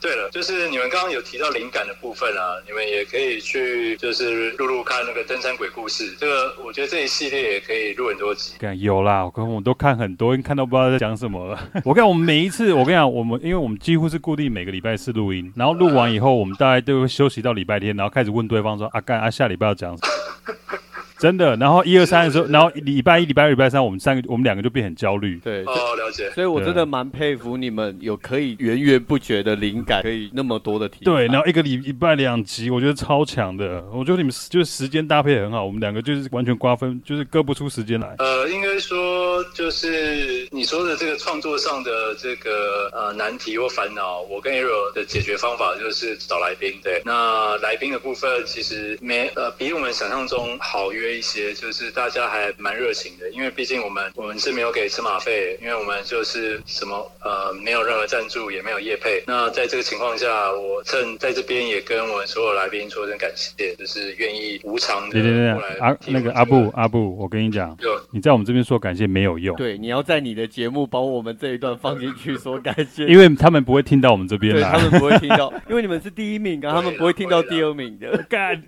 对了，就是你们刚刚有提到灵感的部分啊，你们也可以去就是录录看那个登山鬼故事，这个我觉得这一系列也可以录很多集。看有啦，我跟我们都看很多，看到不知道在讲什么了。 我跟你讲我们每一次，我跟你讲，我们因为我们几乎是固定每个礼拜四录音，然后录完以后，我们大概都会休息到礼拜天，然后开始问对方说啊干啊下礼拜要讲什么。真的，然后一二三的 时候，然后礼拜一、礼拜二、礼拜三，我们三个我们两个就变很焦虑。对，这哦，了解。所以我真对的蛮佩服你们有可以源源不绝的灵感，可以那么多的题材。对，然后一个礼礼拜两集，我觉得超强的。我觉得你们就是时间搭配得很好，我们两个就是完全瓜分，就是割不出时间来。呃，应该说就是你说的这个创作上的这个呃难题或烦恼，我跟 Arrow 的解决方法就是找来宾。对，那来宾的部分其实没呃比我们想象中好约一些，就是大家还蛮热情的，因为毕竟我们我们是没有给车马费，因为我们就是什么呃没有任何赞助，也没有业配。那在这个情况下，我趁在这边也跟我们所有来宾说声感谢，就是愿意无偿的对对对，过阿、来啊、那替我们个这阿布阿布，我跟你讲，就你在我们这边说感谢没有用，对，你要在你的节目把我们这一段放进去，说感谢，因为他们不会听到我们这边对他来。们不会听 到，因为你们是第一名啊，他们不会听到第二名的。 干，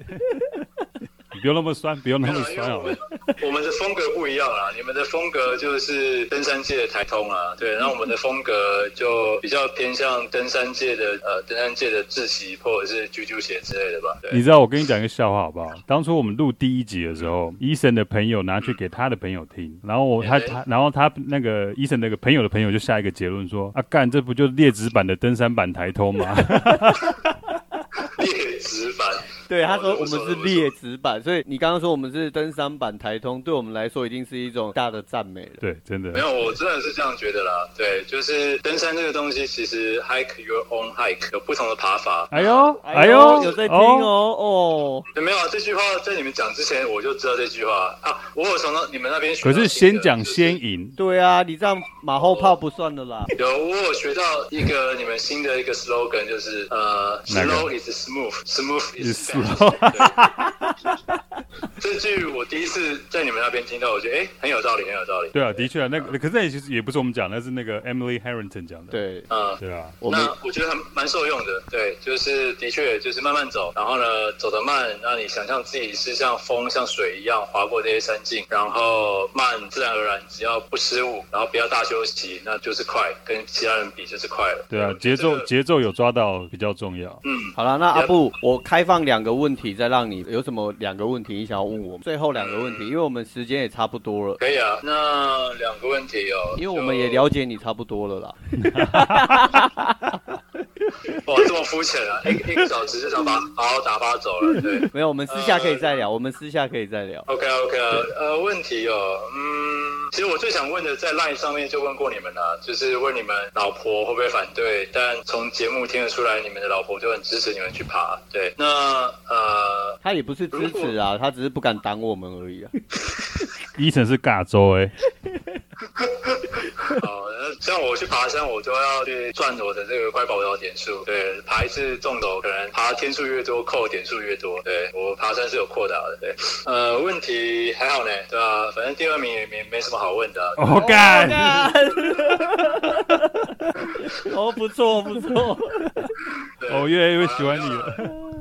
你不用那么酸，不用那没有么啦因为酸好我了们。我们的风格不一样啦，你们的风格就是登山界的台通啊，对，那我们的风格就比较偏向登山界的呃登山界的自习或者是啾啾鞋之类的吧。你对，知道我跟你讲一个笑话好不好？当初我们录第一集的时候，医生的朋友拿去给他的朋友听，然后我他嗯他，然后他那个医生那个朋友的朋友就下一个结论说：啊干，这不就劣质版的登山版台通吗？ 劣质版对，他说哦我们那不错是劣质版，所以你刚刚说我们是登山版台通，对我们来说一定是一种大的赞美了。对，真的没。有，我真的是这样觉得啦。对，就是登山这个东西，其实 hike your own hike 有不同的爬法。哎呦，哎呦，呦，有在听哦，哦，哦，没有啊，这句话在你们讲之前我就知道这句话啊，我有从那你们那边学到可新的。是先讲就是先赢，对啊，你这样马后炮不算的啦。有，我有学到一个你们新的一个 slogan，就是呃哪个，slow is smooth，smooth Is is fast。对这句我第一次在你们那边听到，我觉得哎、诶很有道理，很有道理。对啊，的确啊，那个可是那其实也不是我们讲，那是那个 Emily Harrington 讲的。对，嗯，对啊，我们那我觉得很蛮受用的，对，就是的确就是慢慢走，然后呢走得慢，让你想象自己是像风像水一样划过这些山径，然后慢自然而然，只要不失误，然后不要大休息，那就是快，跟其他人比就是快了。对啊我，觉节得奏这个节奏有抓到比较重要。嗯，好了，那阿布，我开放两个问题，再让你有什么两个问题你想要问我们？最后两个问题，因为我们时间也差不多了，可以啊。那两个问题哦，因为我们就也了解你差不多了啦。哇，这么肤浅啊！一个一个小时就想把把我打发走了，对。没有，我们私下可以再聊，我们私下可以再聊。 OK OK，呃，问题哦，嗯，其实我最想问的，在 LINE 上面就问过你们了、啊就是问你们老婆会不会反对，但从节目听得出来，你们的老婆就很支持你们去爬。对，那呃，他也不是支持啊，他只是不敢挡我们而 已啊。伊诚是尬州哎、好，呃像我去爬山，我都要去赚我的这个乖宝宝点数。对，爬一次纵走，可能爬天数越多，扣点数越多。对我爬山是有扩大的。对，呃，问题还好呢，对吧、反正第二名也没没什么好问的啊、我哦干、 哦，不错不错，对啊我哦越来越喜欢你了。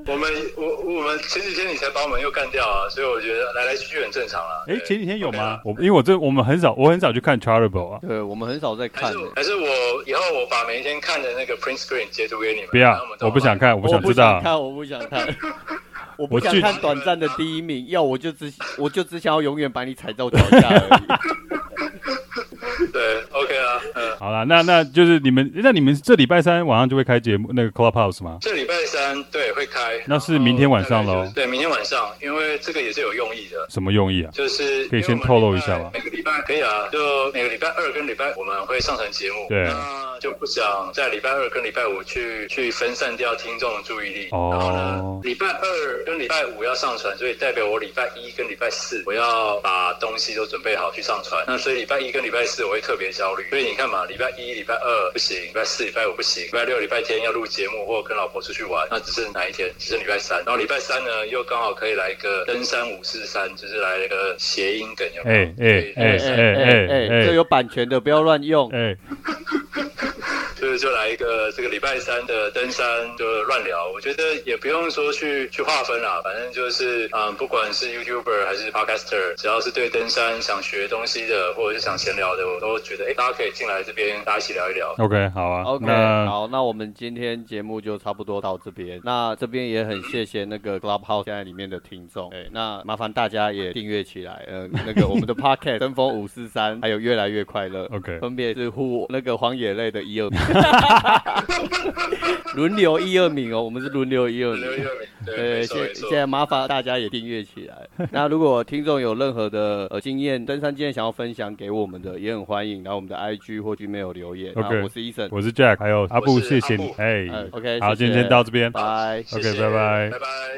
我们我我们前几天你才把我们又干掉啊，所以我觉得来来去去很正常了。哎、对前几天有 OK 啊吗？我因为我这我们很少，我很少去看 Chartable 啊。对我们很少在还看是欸、我还是我以后我把每一天看的那个 print screen 截图给你们。不要然后我们，到我不想看，我我想不知想道。看，我不想 看，我不我想拒看短暂的第一名，要我就只我就只想要永远把你踩到脚下而已。对，OK 啊，嗯。好啦，那那就是你们，那你们这礼拜三晚上就会开节目那个 Clubhouse 吗？这礼拜三对会开，那是明天晚上咯然后大概就是对，明天晚上，因为这个也是有用意的，什么用意啊？就是可以先透露一下吗因为我们每个礼拜可以啊，就每个礼拜二跟礼拜五我们会上传节目，对那就不想在礼拜二跟礼拜五去去分散掉听众的注意力，哦然后呢，礼拜二跟礼拜五要上传，所以代表我礼拜一跟礼拜四我要把东西都准备好去上传，那所以礼拜一跟礼拜四我会特别焦虑，所以你看嘛，礼拜一、礼拜二不行，礼拜四、礼拜五不行，礼拜六、礼拜天要录节目或跟老婆出去玩，那只剩哪一天？只剩礼拜三，然后礼拜三呢又刚好可以来一个登山五四三，就是来一个谐音梗，有没有哎哎 哎哎哎哎，哎这有版权的不要乱用。哎，就是就来一个这个礼拜三的登山就乱聊，我觉得也不用说去去划分啦，反正就是嗯，不管是 YouTuber 还是 Podcaster，只要是对登山想学东西的，或者是想闲聊的，我都觉得哎、诶大家可以进来这边，大家一起聊一聊。 OK，好啊。 OK，那好，那我们今天节目就差不多到这边。那这边也很谢谢那个 Clubhouse 现在里面的听众，哎，那麻烦大家也订阅起来，呃，那个我们的 Podcast 《登峰五四三》，还有越来越快乐 OK 分别是互那个荒野类的一二名，轮流一二名哦，我们是轮流一二刘名。月明，对，对，没错没现错现。在麻烦大家也订阅起来。那如果听众有任何的呃经验，登山经验想要分享给我们的，也很欢迎。然后我们的 IG 或 Gmail 留言。 OK 那我是 Eason，我是 Jack，还有阿布，我谢是阿谢你布。哎嗯，OK，好，谢谢今天先到这边。拜。谢谢 OK，拜拜拜拜。